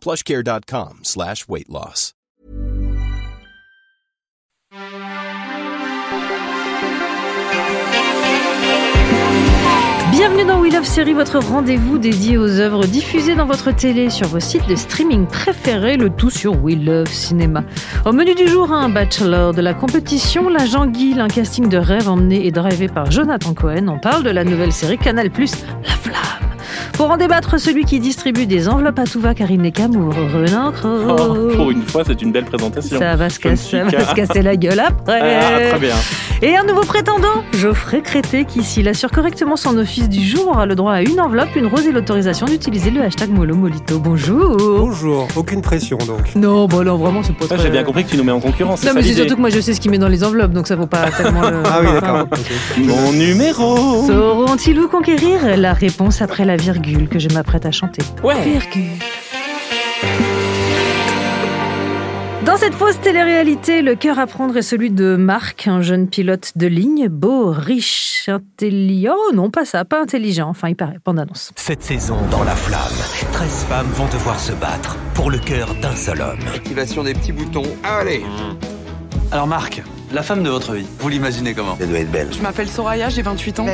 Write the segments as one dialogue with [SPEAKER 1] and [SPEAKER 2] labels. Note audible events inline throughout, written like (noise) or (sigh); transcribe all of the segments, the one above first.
[SPEAKER 1] plushcare.com slash weight loss.
[SPEAKER 2] Bienvenue dans We Love Série, votre rendez-vous dédié aux œuvres diffusées dans votre télé sur vos sites de streaming préférés, le tout sur We Love Cinéma. Au menu du jour, un bachelor de la compétition, la Jean-Guil, un casting de rêve emmené et drivé par Jonathan Cohen. On parle de la nouvelle série Canal+, La Flamme. Pour en débattre, celui qui distribue des enveloppes à tout va, car il n'est qu'amour, Renan Crowe.
[SPEAKER 3] Oh, (laughs) pour une fois, c'est une belle présentation.
[SPEAKER 2] Ça va, se
[SPEAKER 3] Je ne
[SPEAKER 2] casser,
[SPEAKER 3] suis
[SPEAKER 2] ça va
[SPEAKER 3] qu'un-
[SPEAKER 2] se casser la gueule après.
[SPEAKER 3] Ah, très bien.
[SPEAKER 2] Et un nouveau prétendant, Geoffrey Crété, qui s'il assure correctement son office du jour, aura le droit à une enveloppe, une rose et l'autorisation d'utiliser le hashtag MoloMolito. Bonjour
[SPEAKER 4] Bonjour, aucune pression donc.
[SPEAKER 2] Non, bah non, vraiment, c'est pas
[SPEAKER 3] Ça,
[SPEAKER 2] très-
[SPEAKER 3] Ah, J'ai bien compris que tu nous mets en concurrence.
[SPEAKER 2] Non,
[SPEAKER 3] c'est
[SPEAKER 2] mais
[SPEAKER 3] ça
[SPEAKER 2] c'est
[SPEAKER 3] l'idée.
[SPEAKER 2] surtout que moi je sais ce qu'il met dans les enveloppes, donc ça vaut pas tellement le...
[SPEAKER 4] Ah oui, d'accord.
[SPEAKER 3] Mon numéro.
[SPEAKER 2] Sauront-ils vous conquérir La réponse après la virgule que je m'apprête à chanter.
[SPEAKER 3] Ouais.
[SPEAKER 2] Dans cette fausse télé-réalité, le cœur à prendre est celui de Marc, un jeune pilote de ligne, beau, riche, intelligent. Oh non, pas ça, pas intelligent. Enfin, il paraît, bande annonce.
[SPEAKER 5] Cette saison, dans La Flamme, 13 femmes vont devoir se battre pour le cœur d'un seul homme.
[SPEAKER 6] activation des petits boutons. Allez
[SPEAKER 7] Alors Marc, la femme de votre vie, vous l'imaginez comment
[SPEAKER 5] Elle doit être belle.
[SPEAKER 8] Je m'appelle Soraya, j'ai 28 ans.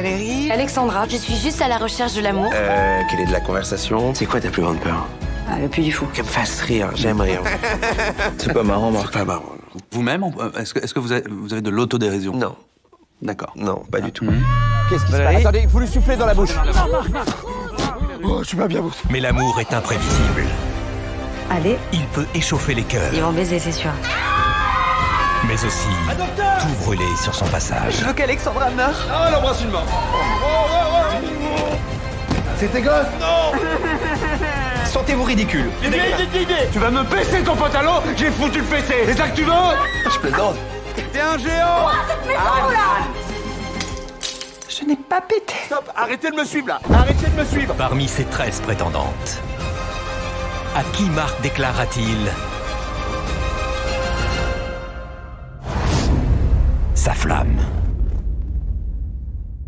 [SPEAKER 9] Alexandra, je suis juste à la recherche de l'amour.
[SPEAKER 5] Euh, qu'elle ait de la conversation. C'est quoi ta plus grande peur
[SPEAKER 9] Ah,
[SPEAKER 8] le puits du fou.
[SPEAKER 5] Qu'elle me fasse rire, j'aime (laughs) rire. C'est pas marrant, Marc. pas marrant.
[SPEAKER 7] Vous-même, on- euh, est-ce que, est-ce que vous, avez, vous avez de l'autodérision
[SPEAKER 5] Non,
[SPEAKER 7] D'accord.
[SPEAKER 5] non, pas du tout.
[SPEAKER 6] Qu'est-ce qui se passe Attendez, il faut lui souffler dans la bouche.
[SPEAKER 5] Mais l'amour est imprévisible.
[SPEAKER 9] Allez,
[SPEAKER 5] Il peut échauffer les cœurs,
[SPEAKER 9] ils vont baiser, c'est sûr.
[SPEAKER 5] mais aussi
[SPEAKER 6] Ah,
[SPEAKER 5] tout brûler sur son passage.
[SPEAKER 8] Je veux qu'Alexandra meure.
[SPEAKER 6] Ah, l'embrasse une mort C'était gosse Non (laughs) Sentez-vous ridicule Tu vas me baisser ton pantalon J'ai foutu le fessé C'est ça que tu veux Je plaisante T'es un
[SPEAKER 9] Oh,
[SPEAKER 6] géant
[SPEAKER 8] Je n'ai pas pété.
[SPEAKER 6] Stop Arrêtez de me suivre là Arrêtez de me suivre
[SPEAKER 5] Parmi ces 13 prétendantes, à qui Marc déclara-t-il sa flamme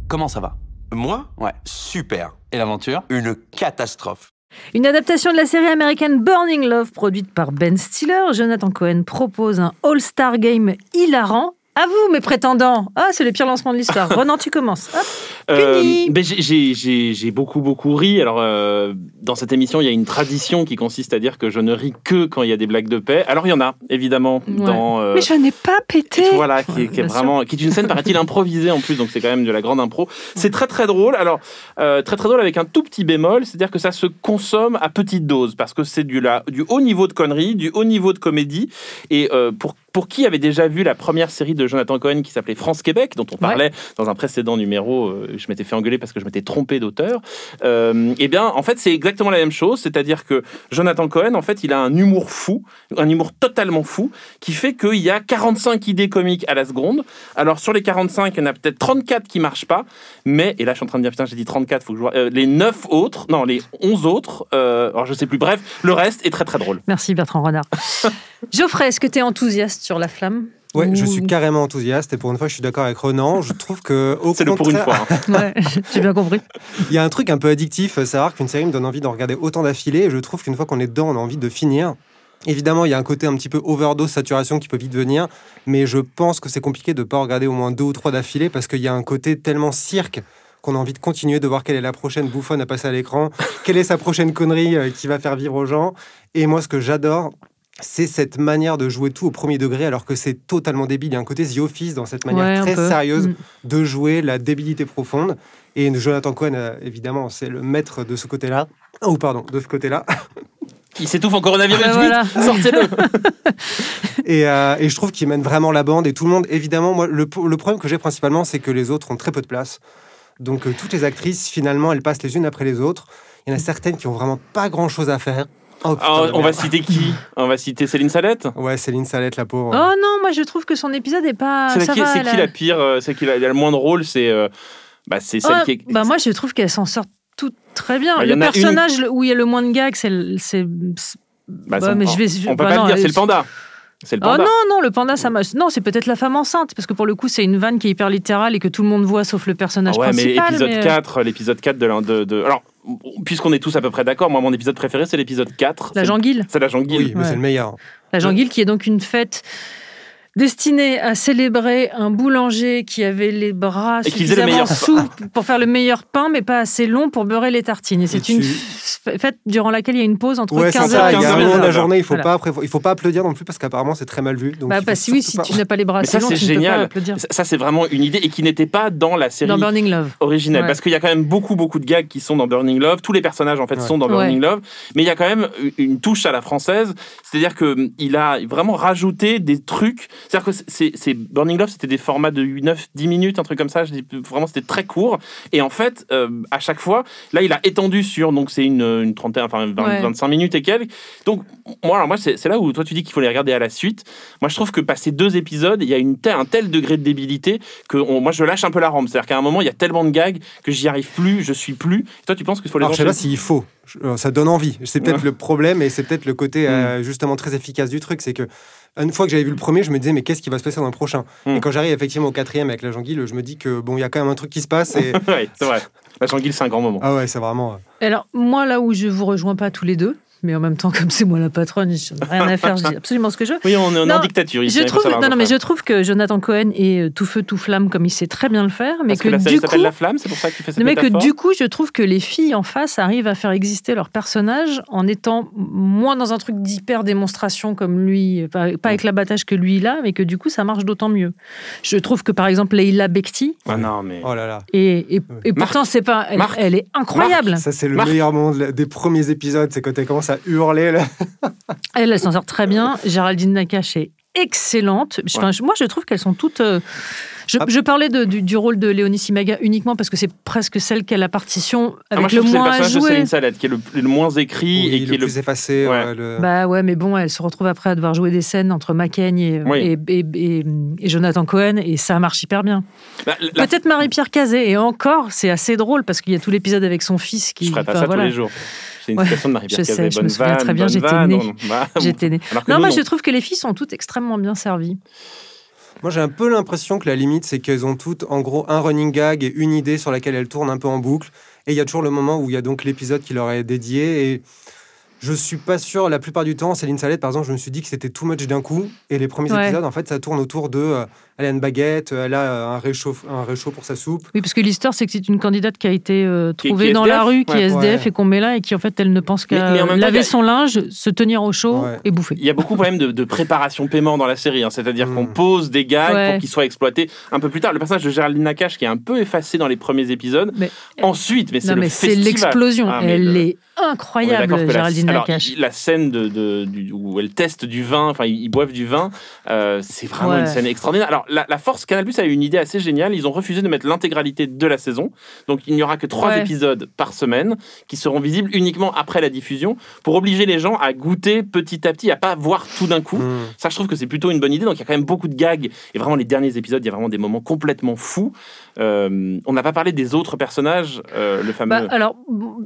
[SPEAKER 7] Comment ça va
[SPEAKER 5] Moi
[SPEAKER 7] Ouais.
[SPEAKER 5] Super.
[SPEAKER 7] Et l'aventure
[SPEAKER 5] Une catastrophe.
[SPEAKER 2] Une adaptation de la série américaine Burning Love produite par Ben Stiller, Jonathan Cohen propose un All-Star Game hilarant. À vous, mes prétendants Ah, c'est le pire lancement de l'histoire. Renan, tu commences. Hop. Puni.
[SPEAKER 3] ben, j'ai- j'ai- j'ai j'ai beaucoup, beaucoup ri. Alors, euh, dans cette émission, il y a une tradition qui consiste à dire que je ne ris que quand il y a des blagues de paix. Alors, il y en a, évidemment,
[SPEAKER 2] Ouais.
[SPEAKER 3] dans. euh,
[SPEAKER 8] Mais je n'ai pas pété.
[SPEAKER 3] Voilà, qui, est- qui est
[SPEAKER 2] bien sûr.
[SPEAKER 3] vraiment, qui est une scène paraît-il improvisée en plus, donc c'est quand même de la grande impro. C'est très très drôle. Alors euh, très très drôle avec un tout petit bémol, c'est-à-dire que ça se consomme à petite dose parce que c'est du la- du haut niveau de conneries, du haut niveau de comédie. Et euh, pour pour qui avait déjà vu la première série de Jonathan Cohen qui s'appelait France Québec, dont on parlait dans un précédent numéro, euh, je m'étais fait engueuler parce que je m'étais trompé d'auteur. Euh, eh bien, en fait, c'est exactement la même chose, c'est-à-dire que Jonathan Cohen, en fait, il a un humour fou, un humour totalement fou, qui fait qu'il y a 45 idées comiques à la seconde. Alors, sur les 45, il y en a peut-être 34 qui marchent pas, mais, et là, je suis en train de dire, putain, j'ai dit 34, faut que je vois, euh, les 9 autres, non, les 11 autres, euh, alors je sais plus, bref, le reste est très très drôle.
[SPEAKER 2] Merci, Bertrand
[SPEAKER 3] (laughs)
[SPEAKER 2] Renard. Geoffrey, est-ce que tu es enthousiaste sur La Flamme
[SPEAKER 4] Ouais, je
[SPEAKER 2] Ou-
[SPEAKER 4] suis carrément enthousiaste et pour une fois, je suis d'accord avec Renan. Je trouve que au
[SPEAKER 3] C'est le pour une
[SPEAKER 4] contraire,
[SPEAKER 3] fois.
[SPEAKER 2] (laughs)
[SPEAKER 3] hein.
[SPEAKER 2] Ouais, j'ai bien compris.
[SPEAKER 4] il y a un truc un peu addictif, euh, savoir qu'une série me donne envie d'en regarder autant d'affilée. Et je trouve qu'une fois qu'on est dedans, on a envie de finir. Évidemment, il y a un côté un petit peu overdose, saturation qui peut vite venir, mais je pense que c'est compliqué de ne pas regarder au moins deux ou trois d'affilée parce qu'il y a un côté tellement cirque qu'on a envie de continuer, de voir quelle est la prochaine bouffonne à passer à l'écran, (laughs) quelle est sa prochaine connerie euh, qui va faire vivre aux gens. Et moi, ce que j'adore, c'est cette manière de jouer tout au premier degré alors que c'est totalement débile. Il y a un côté The Office dans cette
[SPEAKER 2] Ouais,
[SPEAKER 4] manière
[SPEAKER 2] un
[SPEAKER 4] très
[SPEAKER 2] peu.
[SPEAKER 4] sérieuse
[SPEAKER 2] Mm.
[SPEAKER 4] de jouer la débilité profonde. Et Jonathan Cohen, euh, évidemment, c'est le maître de ce côté-là. Oh, pardon, de ce côté-là. (laughs)
[SPEAKER 3] Il s'étouffe en coronavirus,
[SPEAKER 2] Ah,
[SPEAKER 3] vite,
[SPEAKER 2] voilà.
[SPEAKER 3] sortez-le
[SPEAKER 4] Et, euh, et je trouve qu'il mène vraiment la bande. Et tout le monde, évidemment, moi, le, po- le problème que j'ai principalement, c'est que les autres ont très peu de place. Donc, euh, toutes les actrices, finalement, elles passent les unes après les autres. Il y en a certaines qui ont vraiment pas grand-chose à faire. Oh, putain,
[SPEAKER 3] (laughs) Ah,
[SPEAKER 4] de
[SPEAKER 3] on va
[SPEAKER 4] merde.
[SPEAKER 3] citer qui On va citer Céline Salette
[SPEAKER 4] Ouais, Céline Salette, la pauvre.
[SPEAKER 2] Oh non, moi je trouve que son épisode est pas.
[SPEAKER 3] C'est
[SPEAKER 2] Ah, ça
[SPEAKER 3] la- qui,
[SPEAKER 2] va,
[SPEAKER 3] c'est qui
[SPEAKER 2] là.
[SPEAKER 3] la pire euh, C'est qui la- elle a le moins de rôle C'est euh, bah, c'est celle
[SPEAKER 2] Oh,
[SPEAKER 3] qui. est-
[SPEAKER 2] bah moi je trouve qu'elles s'en sortent toutes très bien.
[SPEAKER 3] Bah, il y
[SPEAKER 2] le
[SPEAKER 3] en a une-
[SPEAKER 2] personnage le- où il y a le moins de gags, c'est. le- c'est...
[SPEAKER 3] Bah,
[SPEAKER 2] bah,
[SPEAKER 3] c'est-
[SPEAKER 2] mais je vais-
[SPEAKER 3] on peut
[SPEAKER 2] bah,
[SPEAKER 3] pas
[SPEAKER 2] non,
[SPEAKER 3] le dire, c'est le
[SPEAKER 2] euh,
[SPEAKER 3] panda. C'est le
[SPEAKER 2] Oh
[SPEAKER 3] panda.
[SPEAKER 2] non, non, le panda, ça m'a. Non, c'est peut-être la femme enceinte, parce que pour le coup, c'est une vanne qui est hyper littérale et que tout le monde voit sauf le personnage
[SPEAKER 3] Ah ouais, mais
[SPEAKER 2] principal.
[SPEAKER 3] l'épisode
[SPEAKER 2] mais- euh,
[SPEAKER 3] 4, l'épisode 4 de, la- de, de- Alors, puisqu'on est tous à peu près d'accord, moi, mon épisode préféré, c'est l'épisode 4.
[SPEAKER 2] La
[SPEAKER 3] C'est-
[SPEAKER 2] Janguille.
[SPEAKER 3] C'est la janguille.
[SPEAKER 4] Oui, mais
[SPEAKER 2] Ouais.
[SPEAKER 4] c'est le meilleur.
[SPEAKER 2] La Janguille, qui est donc une fête destinée à célébrer un boulanger qui avait les bras
[SPEAKER 3] Et qui faisait le
[SPEAKER 2] suffisamment
[SPEAKER 3] meilleur
[SPEAKER 2] sous pour faire le meilleur pain, mais pas assez long pour beurrer les tartines. Et c'est
[SPEAKER 4] tu-
[SPEAKER 2] une f- fête durant laquelle il y a une pause entre
[SPEAKER 4] Ouais, c'est
[SPEAKER 2] 15h
[SPEAKER 4] ça.
[SPEAKER 2] et
[SPEAKER 4] Il y a
[SPEAKER 3] 15
[SPEAKER 4] un
[SPEAKER 2] 19h.
[SPEAKER 4] moment de la journée, il faut
[SPEAKER 2] Voilà.
[SPEAKER 4] pas après- il faut pas applaudir non plus parce qu'apparemment c'est très mal vu. Donc
[SPEAKER 2] Bah,
[SPEAKER 4] il faut
[SPEAKER 2] parce que oui, si
[SPEAKER 4] surtout
[SPEAKER 2] tu
[SPEAKER 4] pas-
[SPEAKER 2] n'as pas les bras
[SPEAKER 3] Mais
[SPEAKER 2] assez
[SPEAKER 3] ça,
[SPEAKER 2] longs,
[SPEAKER 3] c'est
[SPEAKER 2] tu ne peux pas
[SPEAKER 3] génial.
[SPEAKER 2] applaudir.
[SPEAKER 3] Ça, ça, c'est vraiment une idée et qui n'était pas dans la série
[SPEAKER 2] Dans Burning Love.
[SPEAKER 3] (laughs) originelle.
[SPEAKER 2] Ouais.
[SPEAKER 3] Parce qu'il y a quand même beaucoup, beaucoup de gags qui sont dans Burning Love. Tous les personnages, en fait,
[SPEAKER 4] Ouais.
[SPEAKER 3] sont dans
[SPEAKER 2] Ouais.
[SPEAKER 3] Burning Love. Mais il y a quand même une touche à la française. C'est-à-dire qu'il a vraiment rajouté des trucs. C'est-à-dire que c'est c'est- Burning Love, c'était des formats de 8, 9, 10 minutes, un truc comme ça. Je dis, vraiment, c'était très court. Et en fait, euh, à chaque fois, là, il a étendu sur. Donc, c'est une, une trentaine, enfin, vingt-
[SPEAKER 2] Ouais.
[SPEAKER 3] 25 minutes et quelques. Donc, moi, alors, moi c'est c'est là où toi, tu dis qu'il faut les regarder à la suite. Moi, je trouve que passer deux épisodes, il y a une telle- un tel degré de débilité que on- moi, je lâche un peu la rampe. C'est-à-dire qu'à un moment, il y a tellement de gags que j'y arrive plus, je suis plus. Et toi, tu penses qu'il faut les
[SPEAKER 4] Alors, je sais pas
[SPEAKER 3] enchaîner
[SPEAKER 4] s'il faut. Je- euh, Ça donne envie. C'est peut-être le problème et c'est peut-être le côté
[SPEAKER 3] Mm.
[SPEAKER 4] euh, justement très efficace du truc. C'est que une fois que j'avais vu le premier, je me disais mais qu'est-ce qui va se passer dans le prochain
[SPEAKER 3] Mm.
[SPEAKER 4] Et quand j'arrive effectivement au quatrième avec la janguille, je me dis que bon, il y a quand même un truc qui se passe.
[SPEAKER 3] (laughs)
[SPEAKER 4] Et...
[SPEAKER 3] Ouais, c'est vrai. La Janguille, c'est un grand moment.
[SPEAKER 4] ah ouais, c'est vraiment. euh,
[SPEAKER 2] Alors, moi, là où je vous rejoins pas tous les deux, mais en même temps, comme c'est moi la patronne, je n'ai rien à faire, je dis absolument ce que je veux.
[SPEAKER 3] Oui, on est on est
[SPEAKER 2] Non,
[SPEAKER 3] en dictature ici.
[SPEAKER 2] Je
[SPEAKER 3] hein, il faut
[SPEAKER 2] trouve,
[SPEAKER 3] savoir
[SPEAKER 2] non, non, mais je
[SPEAKER 3] faire.
[SPEAKER 2] trouve que Jonathan Cohen est euh, tout feu, tout flamme, comme il sait très bien le faire, mais
[SPEAKER 3] Parce que,
[SPEAKER 2] que,
[SPEAKER 3] la série
[SPEAKER 2] du coup,
[SPEAKER 3] s'appelle La Flamme, c'est pour ça que tu fais cette
[SPEAKER 2] mais que
[SPEAKER 3] métaphore.
[SPEAKER 2] du coup, je trouve que les filles en face arrivent à faire exister leur personnage en étant moins dans un truc d'hyper démonstration comme lui, pas, pas avec l'abattage que lui il a, mais que du coup, ça marche d'autant mieux. Je trouve que par exemple, Leila Bekti,
[SPEAKER 3] Ah non, mais.
[SPEAKER 4] Oh là là.
[SPEAKER 2] et, et, et pourtant, c'est pas, elle,
[SPEAKER 3] Marc.
[SPEAKER 2] elle est incroyable.
[SPEAKER 4] Ça, c'est le
[SPEAKER 3] Marc.
[SPEAKER 4] meilleur moment de la- des premiers épisodes. C'est quand elle commence à hurler. Là.
[SPEAKER 2] Elle, elle s'en sort très bien. Géraldine Nakache est excellente. Je- enfin, je- moi, je trouve qu'elles sont toutes. euh, Je,
[SPEAKER 4] Ah.
[SPEAKER 2] je parlais de- du, du rôle de Léonie Simaga uniquement parce que c'est presque celle qui a la partition
[SPEAKER 3] Ah,
[SPEAKER 2] avec
[SPEAKER 3] moi, je
[SPEAKER 2] le
[SPEAKER 3] trouve que c'est le
[SPEAKER 2] moins à
[SPEAKER 3] personnage de
[SPEAKER 2] jouer.
[SPEAKER 3] Céline Salette qui est le, le moins écrit
[SPEAKER 4] Oui,
[SPEAKER 3] et qui est
[SPEAKER 4] le
[SPEAKER 3] le
[SPEAKER 4] plus effacé.
[SPEAKER 3] Ouais.
[SPEAKER 4] euh, le-
[SPEAKER 2] Bah ouais, mais bon, elle se retrouve après à devoir jouer des scènes entre McCain et,
[SPEAKER 3] Oui.
[SPEAKER 2] et- et- et- et Jonathan Cohen et ça marche hyper bien.
[SPEAKER 3] Bah, la-
[SPEAKER 2] Peut-être Marie-Pierre Cazet et encore, c'est assez drôle parce qu'il y a tout l'épisode avec son fils qui.
[SPEAKER 3] Je ferais pas
[SPEAKER 2] enfin,
[SPEAKER 3] ça
[SPEAKER 2] voilà.
[SPEAKER 3] tous les jours. C'est une
[SPEAKER 2] Ouais,
[SPEAKER 3] citation de Marie-Pierre
[SPEAKER 2] je sais,
[SPEAKER 3] Cazet.
[SPEAKER 2] je me
[SPEAKER 3] Bonne
[SPEAKER 2] souviens très
[SPEAKER 3] vanne,
[SPEAKER 2] bien,
[SPEAKER 3] bonne
[SPEAKER 2] j'étais
[SPEAKER 3] vanne.
[SPEAKER 2] née.
[SPEAKER 3] Non, non, bah,
[SPEAKER 2] J'étais née.
[SPEAKER 3] alors que
[SPEAKER 2] Non,
[SPEAKER 3] nous,
[SPEAKER 2] moi
[SPEAKER 3] non.
[SPEAKER 2] je trouve que les filles sont toutes extrêmement bien servies.
[SPEAKER 4] Moi, j'ai un peu l'impression que la limite, c'est qu'elles ont toutes, en gros, un running gag et une idée sur laquelle elles tournent un peu en boucle. Et il y a toujours le moment où il y a donc l'épisode qui leur est dédié. Et je suis pas sûr, la plupart du temps, Céline Salette, par exemple, je me suis dit que c'était too much d'un coup. Et les premiers
[SPEAKER 2] Ouais.
[SPEAKER 4] épisodes, en fait, ça tourne autour de euh, elle a une baguette, euh, elle a euh, un réchaud, un réchaud pour sa soupe.
[SPEAKER 2] Oui, parce que l'histoire, c'est que c'est une candidate qui a été euh,
[SPEAKER 3] Qui- qui est
[SPEAKER 2] trouvée dans la
[SPEAKER 3] SDF,
[SPEAKER 2] rue, qui
[SPEAKER 3] ouais.
[SPEAKER 2] est SDF
[SPEAKER 4] Ouais.
[SPEAKER 2] et qu'on met là et qui, en fait, elle ne pense qu'à
[SPEAKER 3] Mais- mais en même temps,
[SPEAKER 2] laver
[SPEAKER 3] il y a-
[SPEAKER 2] son linge, se tenir au chaud
[SPEAKER 4] Ouais.
[SPEAKER 2] et bouffer.
[SPEAKER 3] Il y a beaucoup quand même de, de préparation paiement dans la série, hein. c'est-à-dire
[SPEAKER 4] Mm.
[SPEAKER 3] qu'on pose des gags
[SPEAKER 2] Ouais.
[SPEAKER 3] pour qu'ils soient exploités un peu plus tard. Le personnage de Géraldine Nakache qui est un peu effacé dans les premiers épisodes.
[SPEAKER 2] Mais- euh,
[SPEAKER 3] Ensuite, mais c'est
[SPEAKER 2] Non,
[SPEAKER 3] le
[SPEAKER 2] mais c'est
[SPEAKER 3] festival.
[SPEAKER 2] l'explosion.
[SPEAKER 3] Ah, mais
[SPEAKER 2] elle
[SPEAKER 3] le-
[SPEAKER 2] est
[SPEAKER 3] on est
[SPEAKER 2] incroyable,
[SPEAKER 3] d'accord que la-
[SPEAKER 2] Géraldine
[SPEAKER 3] alors,
[SPEAKER 2] Nakache.
[SPEAKER 3] La scène de, de- du- où elle teste du vin, enfin ils ils boivent du vin, euh, c'est vraiment
[SPEAKER 2] Ouais.
[SPEAKER 3] une scène extraordinaire. Alors la, la force Canal Plus a eu une idée assez géniale. Ils ont refusé de mettre l'intégralité de la saison, donc il n'y aura que trois
[SPEAKER 2] Ouais.
[SPEAKER 3] épisodes par semaine qui seront visibles uniquement après la diffusion pour obliger les gens à goûter petit à petit, à pas voir tout d'un coup.
[SPEAKER 4] Hmm.
[SPEAKER 3] Ça, je trouve que c'est plutôt une bonne idée. Donc, il y a quand même beaucoup de gags. Et vraiment, les derniers épisodes, il y a vraiment des moments complètement fous. Euh, on n'a pas parlé des autres personnages, euh, le fameux.
[SPEAKER 2] Bah, alors, m-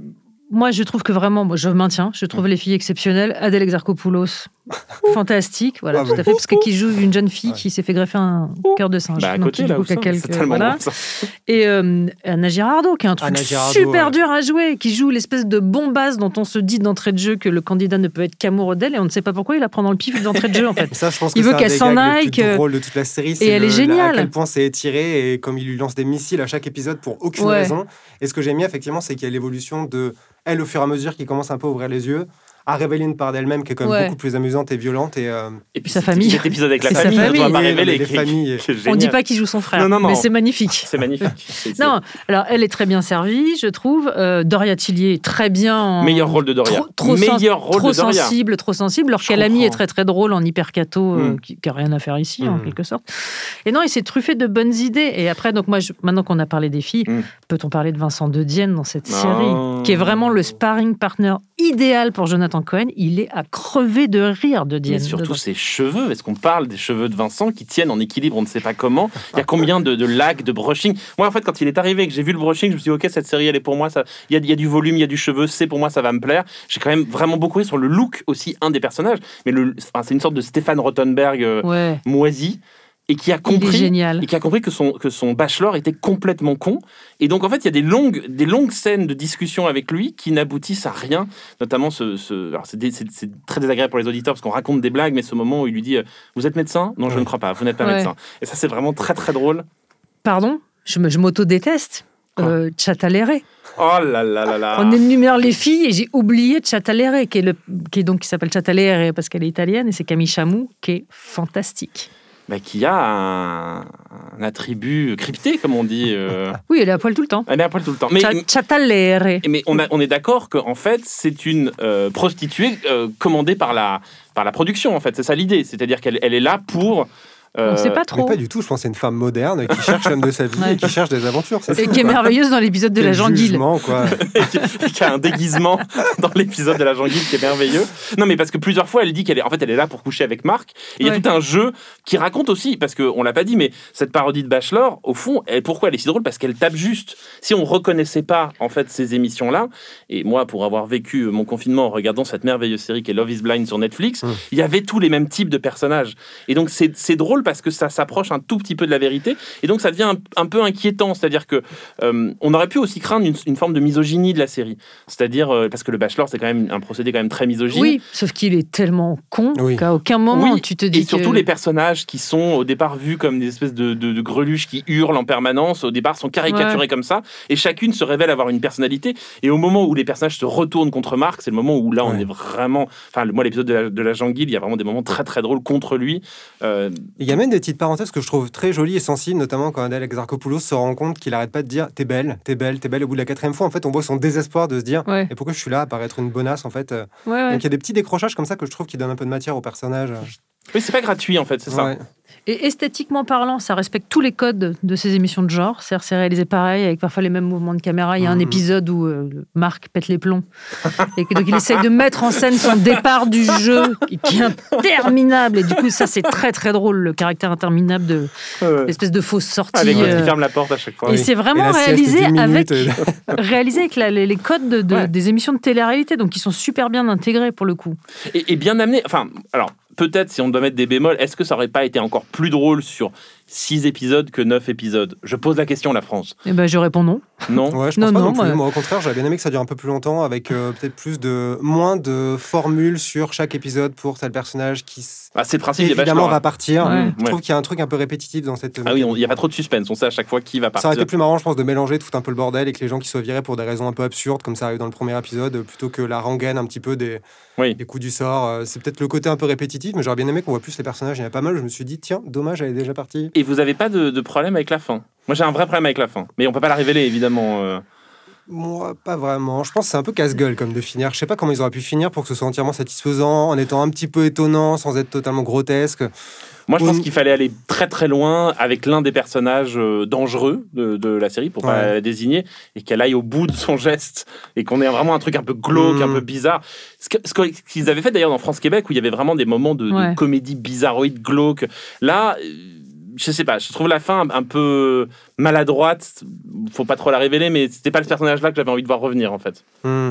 [SPEAKER 2] moi, je trouve que vraiment, moi, je maintiens, je
[SPEAKER 3] Mm.
[SPEAKER 2] trouve les filles exceptionnelles. Adèle Exarchopoulos,
[SPEAKER 3] (laughs)
[SPEAKER 2] fantastique, voilà,
[SPEAKER 4] Ah
[SPEAKER 2] tout
[SPEAKER 4] bon.
[SPEAKER 2] à fait, parce que qui joue une jeune fille
[SPEAKER 4] Ouais.
[SPEAKER 2] qui s'est fait greffer un cœur de singe.
[SPEAKER 3] Bah, à
[SPEAKER 2] Donc,
[SPEAKER 3] côté,
[SPEAKER 2] du
[SPEAKER 3] là,
[SPEAKER 2] coup,
[SPEAKER 3] où ça,
[SPEAKER 2] qu'à quelques-
[SPEAKER 3] c'est tellement
[SPEAKER 2] voilà.
[SPEAKER 3] bon, ça.
[SPEAKER 2] Et euh, Anna Girardot, qui est un truc
[SPEAKER 4] Anna Girardot,
[SPEAKER 2] super
[SPEAKER 4] ouais.
[SPEAKER 2] dur à jouer, qui joue l'espèce de bombasse dont on se dit d'entrée de jeu que le candidat ne peut être qu'amoureux d'elle, et on ne sait pas pourquoi il la prend dans le pif d'entrée de jeu, en fait.
[SPEAKER 4] Et ça, je pense
[SPEAKER 2] Il
[SPEAKER 4] que
[SPEAKER 2] veut
[SPEAKER 4] c'est un
[SPEAKER 2] qu'elle
[SPEAKER 4] des
[SPEAKER 2] s'en
[SPEAKER 4] gags
[SPEAKER 2] aille,
[SPEAKER 4] les plus
[SPEAKER 2] que-
[SPEAKER 4] drôles de toute la série. c'est
[SPEAKER 2] elle est
[SPEAKER 4] le- la-
[SPEAKER 2] géniale.
[SPEAKER 4] À quel point c'est étiré et comme il lui lance des missiles à chaque épisode pour aucune
[SPEAKER 2] Ouais.
[SPEAKER 4] raison. Et ce que j'aime bien, effectivement, c'est qu'il y a l'évolution de elle au fur et à mesure qui commence un peu à ouvrir les yeux, à révéler une part d'elle-même qui est quand même
[SPEAKER 2] Ouais.
[SPEAKER 4] beaucoup plus amusante et violente. Et, euh,
[SPEAKER 3] Et puis,
[SPEAKER 2] Sa
[SPEAKER 3] cet-
[SPEAKER 2] famille.
[SPEAKER 3] Cet épisode avec la
[SPEAKER 2] C'est sa
[SPEAKER 3] famille,
[SPEAKER 2] famille.
[SPEAKER 3] on ne doit pas
[SPEAKER 4] Oui,
[SPEAKER 3] révéler.
[SPEAKER 4] les
[SPEAKER 3] qui-
[SPEAKER 4] familles.
[SPEAKER 3] qui est
[SPEAKER 2] On ne dit
[SPEAKER 3] (laughs) génial.
[SPEAKER 2] pas qu'il joue son frère,
[SPEAKER 3] Non, non, non.
[SPEAKER 2] mais c'est magnifique.
[SPEAKER 3] C'est magnifique. C'est- c'est-
[SPEAKER 2] Non, alors elle est très bien servie, je trouve. Euh, Doria Tillier est très bien. En...
[SPEAKER 3] Meilleur rôle de Doria.
[SPEAKER 2] Trop, trop sens-
[SPEAKER 3] Meilleur rôle
[SPEAKER 2] trop
[SPEAKER 3] de Doria.
[SPEAKER 2] sensible, trop sensible. Alors
[SPEAKER 4] Je
[SPEAKER 2] qu'Alami
[SPEAKER 4] comprends.
[SPEAKER 2] est très très drôle en hypercato, euh,
[SPEAKER 3] Mm.
[SPEAKER 2] qui, qui a rien à faire ici en
[SPEAKER 4] Mm.
[SPEAKER 3] Hmm.
[SPEAKER 2] quelque sorte. Et non, il s'est truffé de bonnes idées. Et après, donc moi, je- maintenant qu'on a parlé des filles,
[SPEAKER 3] Mm.
[SPEAKER 2] peut-on parler de Vincent De Dienne dans cette
[SPEAKER 3] Non.
[SPEAKER 2] série, qui est vraiment le sparring partner idéal pour Jonathan Jonathan Cohen, il est à crever de rire de
[SPEAKER 3] Mais
[SPEAKER 2] Diane.
[SPEAKER 3] surtout
[SPEAKER 2] dedans.
[SPEAKER 3] ses cheveux. Est-ce qu'on parle des cheveux de Vincent qui tiennent en équilibre On ne sait pas comment. Il y a combien de, de lacs, de brushing Moi, en fait, quand il est arrivé et que j'ai vu le brushing, je me suis dit, OK, cette série, elle est pour moi. ça- Il y a, il y a du volume, il y a du cheveu, c'est pour moi, ça va me plaire. J'ai quand même vraiment beaucoup ri sur le look aussi, un des personnages. Mais le, enfin, c'est une sorte de Stéphane Rottenberg euh,
[SPEAKER 2] Ouais,
[SPEAKER 3] moisi et qui a
[SPEAKER 2] il est
[SPEAKER 3] compris
[SPEAKER 2] génial.
[SPEAKER 3] et qui a compris que son, que son bachelor était complètement con. Et donc, en fait, il y a des longues, des longues scènes de discussion avec lui qui n'aboutissent à rien. Notamment, ce, ce- alors c'est, dé- c'est- c'est très désagréable pour les auditeurs parce qu'on raconte des blagues, mais ce moment où il lui dit euh, Vous êtes médecin Non, je ne crois pas, vous n'êtes pas
[SPEAKER 2] Ouais.
[SPEAKER 3] médecin. Et ça, c'est vraiment très, très drôle.
[SPEAKER 2] Pardon, je, me- je m'auto-déteste.
[SPEAKER 3] Quoi
[SPEAKER 2] Euh, Chataléré.
[SPEAKER 3] Oh là là là là
[SPEAKER 2] On énumère les filles et j'ai oublié Chataléré, qui, est le, qui, est donc, qui s'appelle Chataléré parce qu'elle est italienne, et c'est Camille Chamou qui est fantastique.
[SPEAKER 3] Bah, Qui a un, un attribut crypté, comme on dit. euh.
[SPEAKER 2] Oui, elle est à poil tout le temps.
[SPEAKER 3] Elle est à poil tout le temps. Mais,
[SPEAKER 2] Cha- Chataléré.
[SPEAKER 3] Et Mais on, a- on est d'accord qu'en fait, c'est une euh, prostituée euh, commandée par la, par la production, en fait. C'est ça l'idée. C'est-à-dire qu'elle elle est là pour.
[SPEAKER 2] On
[SPEAKER 3] euh,
[SPEAKER 2] ne sait
[SPEAKER 3] (laughs)
[SPEAKER 2] pas
[SPEAKER 4] Mais
[SPEAKER 2] trop.
[SPEAKER 4] pas du tout, je pense que c'est une femme moderne qui cherche l'homme de sa vie
[SPEAKER 2] Ouais.
[SPEAKER 4] et qui cherche des aventures. c'est
[SPEAKER 2] Et
[SPEAKER 4] tout,
[SPEAKER 2] qui est
[SPEAKER 4] quoi.
[SPEAKER 2] merveilleuse dans l'épisode de la
[SPEAKER 4] Quel
[SPEAKER 2] Janguille.
[SPEAKER 4] jugement, quoi.
[SPEAKER 3] qui a un déguisement dans l'épisode de la Janguille qui est merveilleux. Non, mais parce que plusieurs fois, elle dit qu'elle est, en fait, elle est là pour coucher avec Marc. Et il y a
[SPEAKER 2] Ouais.
[SPEAKER 3] tout un jeu qui raconte aussi, parce qu'on l'a pas dit, mais cette parodie de Bachelor, au fond, elle, pourquoi elle est si drôle Parce qu'elle tape juste. Si on reconnaissait pas, en fait, ces émissions-là, et moi, pour avoir vécu euh, mon confinement en regardant cette merveilleuse série qui est Love is Blind sur Netflix,
[SPEAKER 4] Mm.
[SPEAKER 3] il y avait tous les mêmes types de personnages. Et donc, c'est c'est drôle parce que ça s'approche un tout petit peu de la vérité. Et donc, ça devient un, un peu inquiétant. C'est-à-dire que euh, on aurait pu aussi craindre une, une forme de misogynie de la série. C'est-à-dire, euh, parce que le Bachelor, c'est quand même un procédé quand même très misogyne.
[SPEAKER 2] Oui, sauf qu'il est tellement con
[SPEAKER 4] Oui.
[SPEAKER 2] qu'à aucun moment
[SPEAKER 3] Oui,
[SPEAKER 2] tu te dis
[SPEAKER 3] Et surtout,
[SPEAKER 2] que-
[SPEAKER 3] les personnages qui sont au départ vus comme des espèces de, de- de greluches qui hurlent en permanence, au départ sont caricaturés comme ça, et chacune se révèle avoir une personnalité. Et au moment où les personnages se retournent contre Marc, c'est le moment où là, on
[SPEAKER 4] Ouais.
[SPEAKER 3] est vraiment. Enfin, le- moi, l'épisode de la, de la Janguille, il y a vraiment des moments très très drôles contre lui. Euh,
[SPEAKER 4] Il y a même des petites parenthèses que je trouve très jolies et sensibles, notamment quand Adèle Exarchopoulos se rend compte qu'il arrête pas de dire T'es belle, t'es belle, t'es belle. Au bout de la quatrième fois, en fait, on voit son désespoir de se dire
[SPEAKER 2] Ouais.
[SPEAKER 4] Et pourquoi je suis là à paraître une bonasse, en fait euh.
[SPEAKER 2] Ouais, ouais.
[SPEAKER 4] Donc il y a des petits décrochages comme ça que je trouve qui donnent un peu de matière au personnage.
[SPEAKER 3] Oui, c'est pas gratuit en fait, c'est ça.
[SPEAKER 4] Ouais.
[SPEAKER 2] Et esthétiquement parlant, ça respecte tous les codes de ces émissions de genre. C'est-à-dire, c'est réalisé pareil, avec parfois les mêmes mouvements de caméra. Il y a un
[SPEAKER 4] Mhm.
[SPEAKER 2] épisode où euh, Marc pète les plombs. Et que, donc, il essaie de mettre en scène son départ du jeu, qui est interminable. Et du coup, ça, c'est très, très drôle, le caractère interminable de l'espèce de fausse sortie.
[SPEAKER 3] Euh,
[SPEAKER 4] Ah,
[SPEAKER 3] Avec
[SPEAKER 2] euh,
[SPEAKER 3] qui ferme la porte à chaque fois.
[SPEAKER 2] Et
[SPEAKER 3] Oui.
[SPEAKER 2] c'est vraiment
[SPEAKER 4] Et la sieste
[SPEAKER 2] réalisé
[SPEAKER 4] de 10
[SPEAKER 2] avec,
[SPEAKER 4] minutes, euh,
[SPEAKER 2] (laughs) réalisé avec la- les, les codes de- de-
[SPEAKER 3] Ouais.
[SPEAKER 2] des émissions de télé-réalité, donc ils sont super bien intégrés pour le coup.
[SPEAKER 3] et, et bien amené. Enfin, alors peut-être si on doit mettre des bémols, est-ce que ça aurait pas été encore plus drôle sur 6 épisodes que 9 épisodes Je pose la question, la France.
[SPEAKER 2] Et ben, je réponds non.
[SPEAKER 3] Non
[SPEAKER 4] Ouais, je
[SPEAKER 2] Non,
[SPEAKER 4] pense pas
[SPEAKER 2] non,
[SPEAKER 4] non plus.
[SPEAKER 2] moi-
[SPEAKER 4] Moi, au contraire, j'aurais bien aimé que ça dure un peu plus longtemps, avec euh, peut-être plus de moins de formules sur chaque épisode pour tel personnage qui s-
[SPEAKER 3] Ah, c'est le principe des
[SPEAKER 4] évidemment
[SPEAKER 3] bachelors.
[SPEAKER 4] va partir.
[SPEAKER 2] Ouais.
[SPEAKER 4] Je trouve
[SPEAKER 3] Mm. Ouais.
[SPEAKER 4] qu'il y a un truc un peu répétitif dans cette.
[SPEAKER 3] Ah oui, on- il n'y a pas trop de suspense. On sait à chaque fois qui va
[SPEAKER 4] ça aurait
[SPEAKER 3] partir.
[SPEAKER 4] été plus marrant, je pense, de mélanger tout un peu le bordel et que les gens qui soient virés pour des raisons un peu absurdes, comme ça arrive dans le premier épisode, plutôt que la rengaine un petit peu des,
[SPEAKER 3] Oui.
[SPEAKER 4] des coups du sort. Euh, C'est peut-être le côté un peu répétitif, mais j'aurais bien aimé qu'on voit plus les personnages. Il y en a pas mal. Je me suis dit, tiens, dommage, elle est déjà partie.
[SPEAKER 3] Et vous n'avez pas de, de problème avec la fin Moi, j'ai un vrai problème avec la fin. Mais on peut pas la révéler, évidemment. euh.
[SPEAKER 4] Moi, pas vraiment. Je pense que c'est un peu casse-gueule comme de finir. Je sais pas comment ils auraient pu finir pour que ce soit entièrement satisfaisant, en étant un petit peu étonnant, sans être totalement grotesque.
[SPEAKER 3] Moi, je pense
[SPEAKER 4] Oui.
[SPEAKER 3] qu'il fallait aller très très loin avec l'un des personnages euh, dangereux de, de la série, pour pas
[SPEAKER 4] Ouais.
[SPEAKER 3] la désigner, et qu'elle aille au bout de son geste, et qu'on ait vraiment un truc un peu glauque,
[SPEAKER 4] Mm.
[SPEAKER 3] un peu bizarre. Ce que- ce que- ce qu'ils avaient fait d'ailleurs dans France-Québec, où il y avait vraiment des moments de, de
[SPEAKER 2] Ouais.
[SPEAKER 3] comédie bizarroïde, glauque. Là, euh, je sais pas, je trouve la fin un peu maladroite, faut pas trop la révéler, mais c'était pas le personnage-là que j'avais envie de voir revenir, en fait.
[SPEAKER 4] Hmm.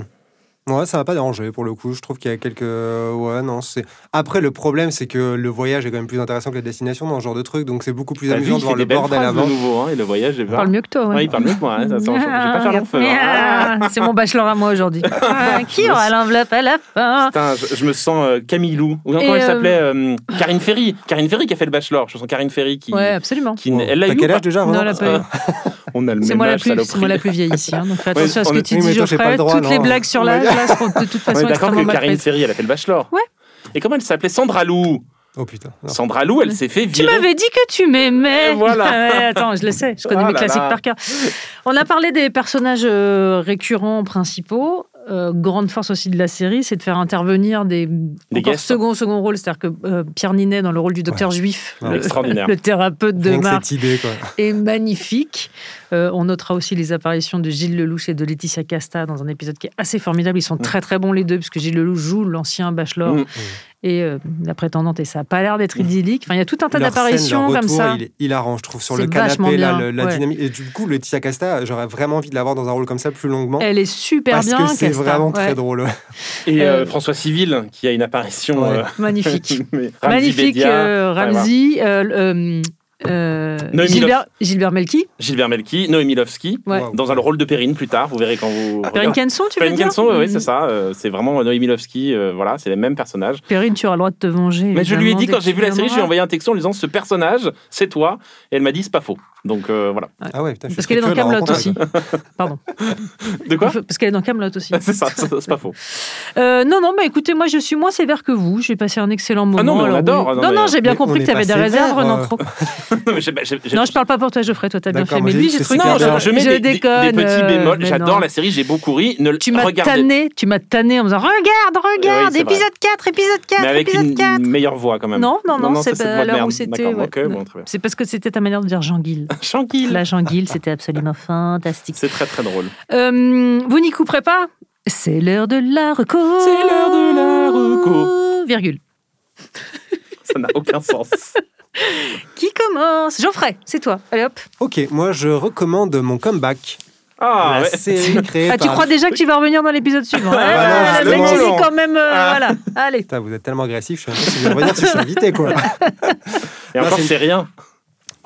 [SPEAKER 4] Ouais, ça m'a pas dérangé pour le coup. Je trouve qu'il y a quelques. Ouais, non, c'est. Après, le problème, c'est que le voyage est quand même plus intéressant que la destination dans ce genre de truc, donc c'est beaucoup plus
[SPEAKER 3] T'as vu,
[SPEAKER 4] amusant
[SPEAKER 3] il fait des
[SPEAKER 4] de voir le
[SPEAKER 3] belles
[SPEAKER 4] bordel
[SPEAKER 3] phrases
[SPEAKER 4] avant.
[SPEAKER 3] de nouveau, hein, et le voyage, j'ai
[SPEAKER 2] Je
[SPEAKER 4] Ah.
[SPEAKER 2] parle mieux que toi. ouais.
[SPEAKER 3] Ouais, il parle mieux que moi, hein, ça, ça, je vais pas faire l'enfeu, hein.
[SPEAKER 2] Ah, C'est mon bachelor à moi aujourd'hui. Ah, Qui aura l'enveloppe à la fin
[SPEAKER 3] Putain, je, je me sens euh, Camille Lou. Ou encore,
[SPEAKER 2] Ah. Et,
[SPEAKER 3] elle
[SPEAKER 2] euh,
[SPEAKER 3] s'appelait euh, Karine Ferry. Karine Ferry qui a fait le bachelor. Je sens Karine Ferry qui.
[SPEAKER 2] Ouais, absolument.
[SPEAKER 3] qui
[SPEAKER 4] Wow.
[SPEAKER 3] elle l'a
[SPEAKER 4] T'as
[SPEAKER 3] eu.
[SPEAKER 4] quel
[SPEAKER 3] ou
[SPEAKER 4] âge
[SPEAKER 3] pas
[SPEAKER 4] déjà
[SPEAKER 2] Non,
[SPEAKER 4] vraiment
[SPEAKER 2] elle a pas eu.
[SPEAKER 3] (laughs) On a le
[SPEAKER 2] C'est
[SPEAKER 3] même
[SPEAKER 2] moi, la
[SPEAKER 3] âge,
[SPEAKER 2] plus, c'est moi la
[SPEAKER 3] saloperie.
[SPEAKER 2] plus vieille ici. hein, donc fais attention à ce
[SPEAKER 3] on
[SPEAKER 2] que
[SPEAKER 3] est-
[SPEAKER 2] tu
[SPEAKER 4] oui,
[SPEAKER 2] dis,
[SPEAKER 4] mais toi, j'ai pas
[SPEAKER 2] Geoffrey.
[SPEAKER 4] le droit,
[SPEAKER 2] Toutes les
[SPEAKER 4] non.
[SPEAKER 2] blagues sur l'âge, là, seront de toute
[SPEAKER 3] hein. On
[SPEAKER 2] façon
[SPEAKER 3] est d'accord
[SPEAKER 2] extrêmement
[SPEAKER 3] que
[SPEAKER 2] mal
[SPEAKER 3] Karine
[SPEAKER 2] faites.
[SPEAKER 3] Ferry, elle a fait le bachelor.
[SPEAKER 2] Ouais.
[SPEAKER 3] Et comment elle s'appelait Sandra Lou
[SPEAKER 4] Oh putain. Non.
[SPEAKER 3] Sandra Lou, elle s'est fait
[SPEAKER 2] Tu
[SPEAKER 3] virer.
[SPEAKER 2] m'avais dit que tu m'aimais.
[SPEAKER 3] Et (laughs) voilà.
[SPEAKER 2] Ah (laughs) ouais, attends, je le sais, je connais
[SPEAKER 3] Ah
[SPEAKER 2] mes
[SPEAKER 3] là
[SPEAKER 2] classiques
[SPEAKER 3] là.
[SPEAKER 2] par cœur. On a parlé des personnages euh, récurrents principaux. euh, grande force aussi de la série, c'est de faire intervenir des, encore
[SPEAKER 3] guests.
[SPEAKER 2] second second rôle, c'est-à-dire que euh, Pierre Ninet dans le rôle du docteur juif,
[SPEAKER 4] Ouais.
[SPEAKER 2] le-
[SPEAKER 3] Extraordinaire.
[SPEAKER 2] le thérapeute de
[SPEAKER 4] Rien que
[SPEAKER 2] Marc,
[SPEAKER 4] cette idée, quoi.
[SPEAKER 2] est magnifique. Euh, on notera aussi les apparitions de Gilles Lelouch et de Laetitia Casta dans un épisode qui est assez formidable. Ils sont
[SPEAKER 4] Mm.
[SPEAKER 2] très très bons les deux, puisque Gilles Lelouch joue l'ancien bachelor
[SPEAKER 3] Mm.
[SPEAKER 2] et euh, la prétendante, et ça n'a pas l'air d'être idyllique. Enfin, il y a tout un tas
[SPEAKER 4] Mm. Leur scène,
[SPEAKER 2] d'apparitions
[SPEAKER 4] leur
[SPEAKER 2] comme
[SPEAKER 4] retour,
[SPEAKER 2] ça.
[SPEAKER 4] Il, il arrange, je trouve, sur
[SPEAKER 2] C'est
[SPEAKER 4] le
[SPEAKER 2] vachement
[SPEAKER 4] canapé, là,
[SPEAKER 2] bien,
[SPEAKER 4] le- la
[SPEAKER 2] ouais.
[SPEAKER 4] dynamique. Et du coup, le Tia Casta, j'aurais vraiment envie de l'avoir dans un rôle comme ça plus longuement.
[SPEAKER 2] Elle est super
[SPEAKER 4] parce
[SPEAKER 2] bien,
[SPEAKER 4] que c'est
[SPEAKER 2] Casta.
[SPEAKER 4] vraiment
[SPEAKER 2] Ouais.
[SPEAKER 4] très drôle.
[SPEAKER 3] Et euh,
[SPEAKER 2] Euh,
[SPEAKER 3] François Civil, qui a une apparition
[SPEAKER 4] Ouais.
[SPEAKER 3] euh,
[SPEAKER 2] Magnifique.
[SPEAKER 4] (laughs)
[SPEAKER 3] (laughs) mais Ramzi
[SPEAKER 2] Magnifique,
[SPEAKER 3] Bedia,
[SPEAKER 2] euh,
[SPEAKER 3] enfin, voilà.
[SPEAKER 2] Ramzi. euh, euh, euh,
[SPEAKER 3] Noémie
[SPEAKER 2] Gilbert, Gilbert Melki.
[SPEAKER 3] Gilbert Melki, Noémie Lovski,
[SPEAKER 2] Ouais. Ah,
[SPEAKER 4] Waouh.
[SPEAKER 3] dans un rôle de Perrine plus tard, vous verrez quand vous.
[SPEAKER 2] Perrine
[SPEAKER 3] regardez.
[SPEAKER 2] Kenson, tu veux
[SPEAKER 3] Perrine
[SPEAKER 2] dire Mm.
[SPEAKER 3] Kenson, oui, c'est ça. euh, c'est vraiment Noémie Lovski, euh, voilà, c'est les mêmes personnages.
[SPEAKER 2] Perrine, tu auras le droit de te venger.
[SPEAKER 3] Mais je lui ai
[SPEAKER 2] évidemment,
[SPEAKER 3] dit,
[SPEAKER 2] dès
[SPEAKER 3] quand
[SPEAKER 2] que
[SPEAKER 3] j'ai
[SPEAKER 2] tu
[SPEAKER 3] vu la série, je lui ai
[SPEAKER 2] viendras.
[SPEAKER 3] envoyé un texto en lui disant Ce personnage, c'est toi. Et elle m'a dit C'est pas faux. Donc euh, voilà.
[SPEAKER 4] Ah ouais, putain, je suis
[SPEAKER 2] Parce qu'elle est dans
[SPEAKER 4] très curieux de la
[SPEAKER 2] Camelot aussi.
[SPEAKER 4] rencontrer.
[SPEAKER 2] Pardon. (laughs)
[SPEAKER 3] De quoi
[SPEAKER 2] Parce qu'elle est dans Camelot aussi.
[SPEAKER 3] C'est ça, c'est c'est pas faux.
[SPEAKER 2] Euh, non, non, bah écoutez, moi je suis moins sévère que vous. J'ai passé un excellent moment.
[SPEAKER 3] Ah non, mais on
[SPEAKER 2] Alors,
[SPEAKER 3] adore.
[SPEAKER 2] oui.
[SPEAKER 3] Non,
[SPEAKER 2] Non,
[SPEAKER 3] mais-
[SPEAKER 2] non, j'ai bien
[SPEAKER 4] Mais
[SPEAKER 2] compris
[SPEAKER 4] on
[SPEAKER 2] que t'avais
[SPEAKER 4] est
[SPEAKER 2] des
[SPEAKER 4] pas
[SPEAKER 2] réserves,
[SPEAKER 4] sévère,
[SPEAKER 2] Renan
[SPEAKER 4] euh.
[SPEAKER 2] Croc.
[SPEAKER 3] Non, mais j'ai- bah, j'ai- j'ai-
[SPEAKER 2] Non, je parle pas pour toi, Geoffrey. Toi, t'as bien
[SPEAKER 4] D'accord,
[SPEAKER 2] fait.
[SPEAKER 4] moi,
[SPEAKER 2] Mais
[SPEAKER 4] j'ai
[SPEAKER 2] lui,
[SPEAKER 4] dit
[SPEAKER 2] j'ai
[SPEAKER 4] que
[SPEAKER 2] trouvé.
[SPEAKER 4] c'est
[SPEAKER 3] Non,
[SPEAKER 4] super
[SPEAKER 3] je,
[SPEAKER 4] bien.
[SPEAKER 3] je mets
[SPEAKER 2] Je
[SPEAKER 3] des, des- des
[SPEAKER 2] déconne,
[SPEAKER 3] petits
[SPEAKER 2] euh,
[SPEAKER 3] bémols.
[SPEAKER 2] mais
[SPEAKER 3] J'adore
[SPEAKER 2] non.
[SPEAKER 3] la série, j'ai beaucoup ri. Ne,
[SPEAKER 2] Tu m'as
[SPEAKER 3] regardez-
[SPEAKER 2] tanné, tu m'as tanné en me disant Regarde,
[SPEAKER 3] Oui,
[SPEAKER 2] regarde,
[SPEAKER 3] c'est vrai.
[SPEAKER 2] épisode 4, épisode 4,
[SPEAKER 3] Mais avec
[SPEAKER 2] épisode
[SPEAKER 3] une
[SPEAKER 2] 4.
[SPEAKER 3] meilleure voix quand même.
[SPEAKER 2] Non, non, non, c'est
[SPEAKER 3] ça,
[SPEAKER 2] pas
[SPEAKER 3] de votre
[SPEAKER 2] l'heure où
[SPEAKER 3] merde.
[SPEAKER 2] c'était,
[SPEAKER 3] D'accord,
[SPEAKER 2] ouais.
[SPEAKER 3] ok, bon, très bien.
[SPEAKER 2] C'est parce que c'était ta manière de dire Jean Guil. (laughs)
[SPEAKER 3] Chanquille.
[SPEAKER 2] La Jean Guil, c'était absolument fantastique.
[SPEAKER 3] C'est très très drôle.
[SPEAKER 2] Euh, vous n'y couperez pas C'est l'heure de la reco.
[SPEAKER 3] C'est l'heure de la reco.
[SPEAKER 2] Virgule.
[SPEAKER 3] Ça n'a
[SPEAKER 2] (laughs)
[SPEAKER 3] aucun sens.
[SPEAKER 2] Qui commence Geoffrey, c'est toi. Allez hop.
[SPEAKER 4] Ok, moi je recommande mon comeback.
[SPEAKER 3] Ah,
[SPEAKER 4] la
[SPEAKER 3] ouais.
[SPEAKER 4] série
[SPEAKER 3] (laughs)
[SPEAKER 4] créée
[SPEAKER 2] Ah, tu
[SPEAKER 4] par-
[SPEAKER 2] crois déjà que tu vas revenir dans l'épisode suivant hein
[SPEAKER 4] bah
[SPEAKER 2] Le
[SPEAKER 4] non,
[SPEAKER 2] mec, il
[SPEAKER 4] justement.
[SPEAKER 2] est quand même. euh,
[SPEAKER 3] Ah.
[SPEAKER 2] Voilà. Allez.
[SPEAKER 4] Putain, vous êtes tellement agressif, je sais même pas si je vais revenir si je suis
[SPEAKER 2] (laughs)
[SPEAKER 4] invité, quoi.
[SPEAKER 3] Et
[SPEAKER 4] Non,
[SPEAKER 3] encore,
[SPEAKER 4] c'est-
[SPEAKER 3] c'est rien.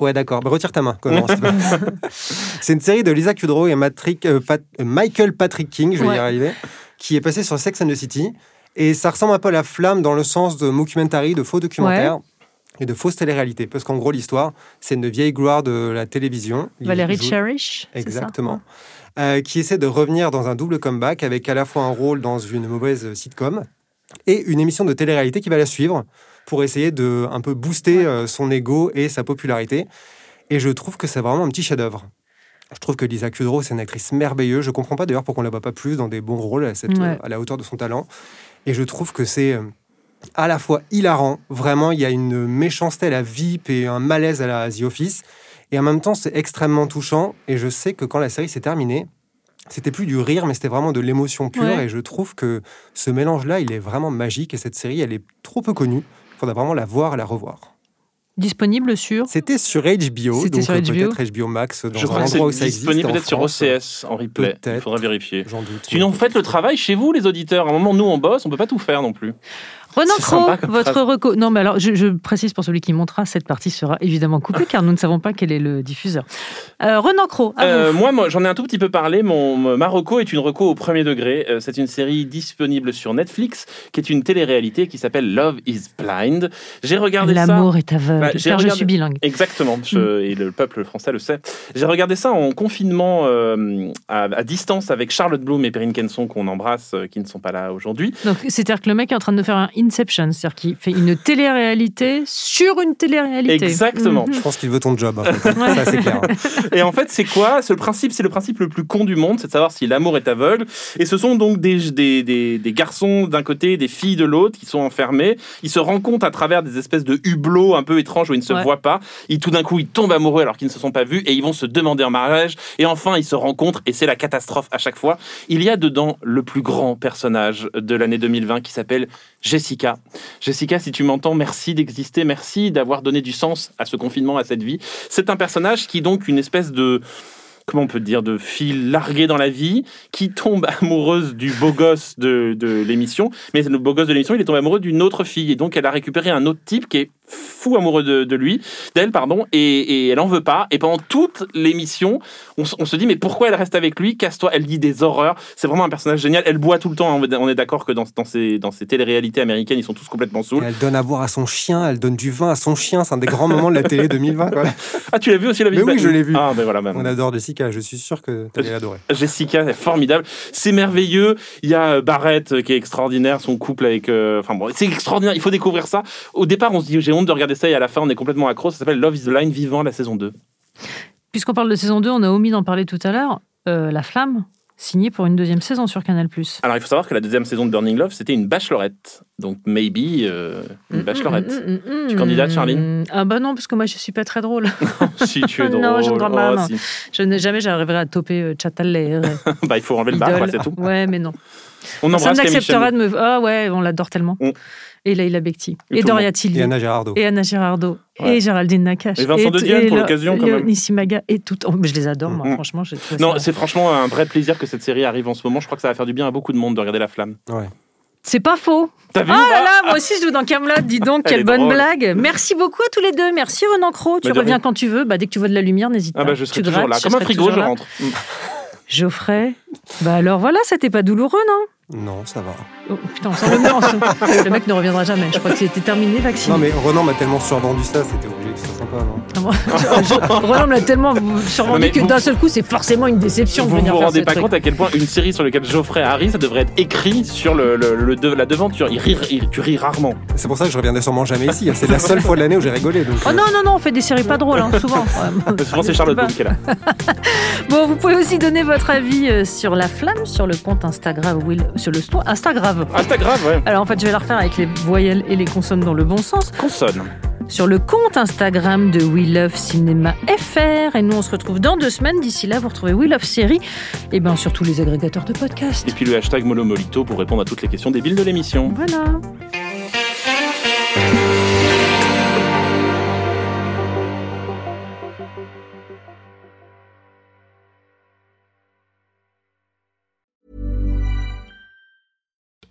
[SPEAKER 4] Ouais, d'accord. Bah, retire ta main. Conan, s'il te plaît. c'est une série de Lisa Kudrow et Matrick- euh, Pat- euh, Michael Patrick King, je vais
[SPEAKER 2] Ouais.
[SPEAKER 4] y arriver, qui est passé sur Sex and the City. Et ça ressemble un peu à La Flamme dans le sens de mockumentary, de faux documentaire. Et de fausse télé-réalité, parce qu'en gros, l'histoire, c'est une vieille gloire de la télévision. Il
[SPEAKER 2] Valérie
[SPEAKER 4] joue-
[SPEAKER 2] Cherish. c'est ça
[SPEAKER 4] Exactement. Euh, qui essaie de revenir dans un double comeback avec à la fois un rôle dans une mauvaise euh, sitcom et une émission de télé-réalité qui va la suivre pour essayer de un peu booster euh, son ego et sa popularité. Et je trouve que c'est vraiment un petit chef-d'œuvre. Je trouve que Lisa Kudrow, c'est une actrice merveilleuse. Je comprends pas d'ailleurs pourquoi on la voit pas plus dans des bons rôles à, cette-
[SPEAKER 2] Ouais.
[SPEAKER 4] euh, à la hauteur de son talent. Et je trouve que c'est euh, à la fois hilarant, vraiment, il y a une méchanceté à la VIP et un malaise à la The Office. Et en même temps, c'est extrêmement touchant. Et je sais que quand la série s'est terminée, c'était plus du rire, mais c'était vraiment de l'émotion pure.
[SPEAKER 2] Ouais.
[SPEAKER 4] Et je trouve que ce mélange-là, il est vraiment magique. Et cette série, elle est trop peu connue. Il faudra vraiment la voir et la revoir.
[SPEAKER 2] Disponible sur.
[SPEAKER 4] C'était sur HBO,
[SPEAKER 2] C'était
[SPEAKER 4] donc
[SPEAKER 2] sur
[SPEAKER 4] euh,
[SPEAKER 2] HBO.
[SPEAKER 4] peut-être HBO Max, dans
[SPEAKER 3] Je
[SPEAKER 4] un
[SPEAKER 3] crois que
[SPEAKER 4] endroit où
[SPEAKER 3] c'est
[SPEAKER 4] ça existe.
[SPEAKER 3] disponible
[SPEAKER 4] en
[SPEAKER 3] peut-être sur
[SPEAKER 4] France.
[SPEAKER 3] OCS en replay. Il
[SPEAKER 4] Peut-être.
[SPEAKER 3] faudra vérifier.
[SPEAKER 4] J'en doute.
[SPEAKER 3] Sinon,
[SPEAKER 2] (laughs)
[SPEAKER 3] faites le travail chez vous, les auditeurs. À un moment, nous, on bosse, on peut pas tout faire non plus.
[SPEAKER 2] Renan
[SPEAKER 3] C'est
[SPEAKER 2] Cro,
[SPEAKER 3] sympa comme
[SPEAKER 2] votre
[SPEAKER 3] phrase.
[SPEAKER 2] reco. Non, mais alors, je, je précise pour celui qui montera, cette partie sera évidemment coupée car nous ne savons pas quel est le diffuseur. Euh, Renan Cro, à
[SPEAKER 3] Euh,
[SPEAKER 2] vous.
[SPEAKER 3] moi, moi, j'en ai un tout petit peu parlé. Mon mon- Marocco est une reco au premier degré. Euh, c'est une série disponible sur Netflix, qui est une télé-réalité qui s'appelle Love is Blind. J'ai regardé ça.
[SPEAKER 2] L'amour est aveugle.
[SPEAKER 3] Bah, j'ai
[SPEAKER 2] car je
[SPEAKER 3] regardé-
[SPEAKER 2] suis bilingue.
[SPEAKER 3] Exactement, je- et le peuple français le sait. J'ai regardé ça en confinement euh, à, à distance avec Charlotte Bloom et Perrine Kenson qu'on embrasse, euh, qui ne sont pas là aujourd'hui.
[SPEAKER 2] Donc, c'est-à-dire que le mec est en train de nous faire un Inception, c'est-à-dire qu'il fait une télé-réalité sur une télé-réalité.
[SPEAKER 3] Exactement.
[SPEAKER 2] Mhm.
[SPEAKER 4] Je pense qu'il veut ton job. hein.
[SPEAKER 2] Ouais.
[SPEAKER 4] ça, c'est clair.
[SPEAKER 3] Et en fait, c'est quoi C'est le principe, c'est le principe le plus con du monde, c'est de savoir si l'amour est aveugle. Et ce sont donc des, des, des, des garçons d'un côté, des filles de l'autre qui sont enfermés. Ils se rencontrent à travers des espèces de hublots un peu étranges où ils ne se
[SPEAKER 2] Ouais.
[SPEAKER 3] voient pas. Ils, tout d'un coup, ils tombent amoureux alors qu'ils ne se sont pas vus et ils vont se demander en mariage. Et enfin, ils se rencontrent et c'est la catastrophe à chaque fois. Il y a dedans le plus grand personnage de l'année 2020 qui s'appelle Jessica. Jessica, si tu m'entends, merci d'exister, merci d'avoir donné du sens à ce confinement, à cette vie. C'est un personnage qui est donc une espèce de comment on peut dire de fille larguée dans la vie qui tombe (laughs) amoureuse du beau gosse de, de l'émission mais le beau gosse de l'émission il est tombé amoureux d'une autre fille et donc elle a récupéré un autre type qui est fou amoureux de, de lui d'elle pardon et, et elle en veut pas et pendant toute l'émission on, s- on se dit mais pourquoi elle reste avec lui casse-toi elle dit des horreurs c'est vraiment un personnage génial elle boit tout le temps hein. on est d'accord que dans, dans ces dans ces téléréalités américaines ils sont tous complètement
[SPEAKER 4] Et
[SPEAKER 3] saouls
[SPEAKER 4] elle donne à boire à son chien, elle donne du vin à son chien. C'est un des grands moments de la télé 2020.
[SPEAKER 3] (laughs)
[SPEAKER 4] quoi.
[SPEAKER 3] ah tu l'as vu aussi la
[SPEAKER 4] Mais
[SPEAKER 3] vie de
[SPEAKER 4] oui,
[SPEAKER 3] Bat-
[SPEAKER 4] je l'ai vu.
[SPEAKER 3] ah ben voilà ben-
[SPEAKER 4] On adore Jessica, je suis sûr que tu allais l'adorer.
[SPEAKER 3] Jessica est formidable, c'est merveilleux. Il y a euh, Barrett euh, qui est extraordinaire, son couple avec. euh, Enfin bon, c'est extraordinaire, il faut découvrir ça. Au départ, on se dit j'ai honte de regarder ça et à la fin, on est complètement accro. Ça s'appelle Love is Blind Vivant, la saison 2.
[SPEAKER 2] Puisqu'on parle de saison 2, on a omis d'en parler tout à l'heure. euh, la flamme, signé pour une deuxième saison sur Canal+.
[SPEAKER 3] Alors, il faut savoir que la deuxième saison de Burning Love, c'était une bachelorette. Donc, maybe euh,
[SPEAKER 2] Mm,
[SPEAKER 3] une bachelorette. Tu candidates, Charline
[SPEAKER 2] Ah bah non, parce que moi je suis pas très drôle. (laughs)
[SPEAKER 3] si tu es drôle.
[SPEAKER 2] mm. Non, je ne crois pas,
[SPEAKER 3] Oh,
[SPEAKER 2] non.
[SPEAKER 3] si. (laughs)
[SPEAKER 2] Je n'ai jamais j'arriverai à toper euh, Chataler. euh,
[SPEAKER 3] bah, il faut enlever le bar,
[SPEAKER 2] idole.
[SPEAKER 3] voilà, c'est tout.
[SPEAKER 2] Ouais, mais non.
[SPEAKER 3] On
[SPEAKER 2] Personne
[SPEAKER 3] embrasse Camille
[SPEAKER 2] n'acceptera
[SPEAKER 3] Chamou.
[SPEAKER 2] de me. Ah ouais, on l'adore tellement.
[SPEAKER 3] Mm.
[SPEAKER 2] Et Leïla Bekti.
[SPEAKER 3] Et
[SPEAKER 2] Et,
[SPEAKER 3] tout le
[SPEAKER 2] Doria
[SPEAKER 4] Et
[SPEAKER 2] Tilly.
[SPEAKER 4] Anna Girardot.
[SPEAKER 2] Et Anna Girardot.
[SPEAKER 3] Ouais.
[SPEAKER 2] Et Géraldine Nakache.
[SPEAKER 3] Et Vincent de Dienne, pour l'occasion, quand même.
[SPEAKER 2] Maga. Et tout. oh, mais je les adore, moi,
[SPEAKER 3] Mm.
[SPEAKER 2] franchement. j'ai trouvé
[SPEAKER 3] Non,
[SPEAKER 2] ça-
[SPEAKER 3] c'est franchement un vrai plaisir que cette série arrive en ce moment. Je crois que ça va faire du bien à beaucoup de monde de regarder La Flamme.
[SPEAKER 2] C'est pas faux.
[SPEAKER 3] T'as
[SPEAKER 2] Oh
[SPEAKER 3] vu
[SPEAKER 2] là là, moi aussi je joue dans Camelot, dis donc,
[SPEAKER 3] Elle est
[SPEAKER 2] quelle bonne
[SPEAKER 3] drôle.
[SPEAKER 2] blague. Merci beaucoup à tous les deux. Merci Renan Cro, tu
[SPEAKER 3] Bah, de
[SPEAKER 2] reviens
[SPEAKER 3] rien.
[SPEAKER 2] quand tu veux. Bah, dès que tu vois de la lumière, n'hésite
[SPEAKER 3] Ah
[SPEAKER 2] pas.
[SPEAKER 3] bah je serai
[SPEAKER 2] Tu
[SPEAKER 3] toujours
[SPEAKER 2] grattes,
[SPEAKER 3] là. Comme
[SPEAKER 2] serai
[SPEAKER 3] un frigo,
[SPEAKER 2] toujours
[SPEAKER 3] je
[SPEAKER 2] là.
[SPEAKER 3] rentre.
[SPEAKER 2] Geoffrey, bah alors voilà, c'était pas douloureux, non
[SPEAKER 4] Non, ça va.
[SPEAKER 2] Oh, putain, on sent le mort. ce- Le mec ne reviendra jamais. Je crois que c'était terminé, vacciné. (laughs)
[SPEAKER 4] Non, mais Renan m'a tellement survendu ça, c'était obligé que ce soit sympa, hein. non
[SPEAKER 2] Roland me l'a tellement
[SPEAKER 3] Non,
[SPEAKER 2] survendu
[SPEAKER 3] mais
[SPEAKER 2] que
[SPEAKER 3] vous-
[SPEAKER 2] d'un seul coup, c'est forcément une déception de
[SPEAKER 3] vous
[SPEAKER 2] venir
[SPEAKER 3] vous
[SPEAKER 2] faire
[SPEAKER 3] rendez
[SPEAKER 2] ce
[SPEAKER 3] pas
[SPEAKER 2] truc.
[SPEAKER 3] compte à quel point une série sur laquelle Geoffrey Harry, ça devrait être écrit sur le, le- le de- la devanture. Il rit, il- tu ris rarement.
[SPEAKER 4] C'est pour ça que je reviendrai sûrement jamais ici. hein. C'est la seule fois de l'année où j'ai rigolé. donc,
[SPEAKER 2] Oh
[SPEAKER 4] euh,
[SPEAKER 2] non, non, non, on fait des séries pas drôles, hein,
[SPEAKER 3] (laughs)
[SPEAKER 2] souvent. (laughs) Ouais,
[SPEAKER 3] Souvent, c'est
[SPEAKER 2] je
[SPEAKER 3] Charlotte
[SPEAKER 2] sais pas.
[SPEAKER 3] Bloom qui est là.
[SPEAKER 2] Bon, vous pouvez aussi donner votre avis euh, sur la flamme, sur le compte Instagram, Will, sur le sto- Instagram.
[SPEAKER 3] Ah, c'est grave, ouais.
[SPEAKER 2] Alors en fait, je vais la refaire avec les voyelles et les consonnes dans le bon sens.
[SPEAKER 3] Consonne.
[SPEAKER 2] Sur le compte Instagram de We Love Cinéma FR. Et nous, on se retrouve dans deux semaines. D'ici là, vous retrouvez We Love Série et bien sur tous les agrégateurs de podcasts.
[SPEAKER 3] Et puis le hashtag Molomolito pour répondre à toutes les questions débiles de l'émission.
[SPEAKER 2] Voilà.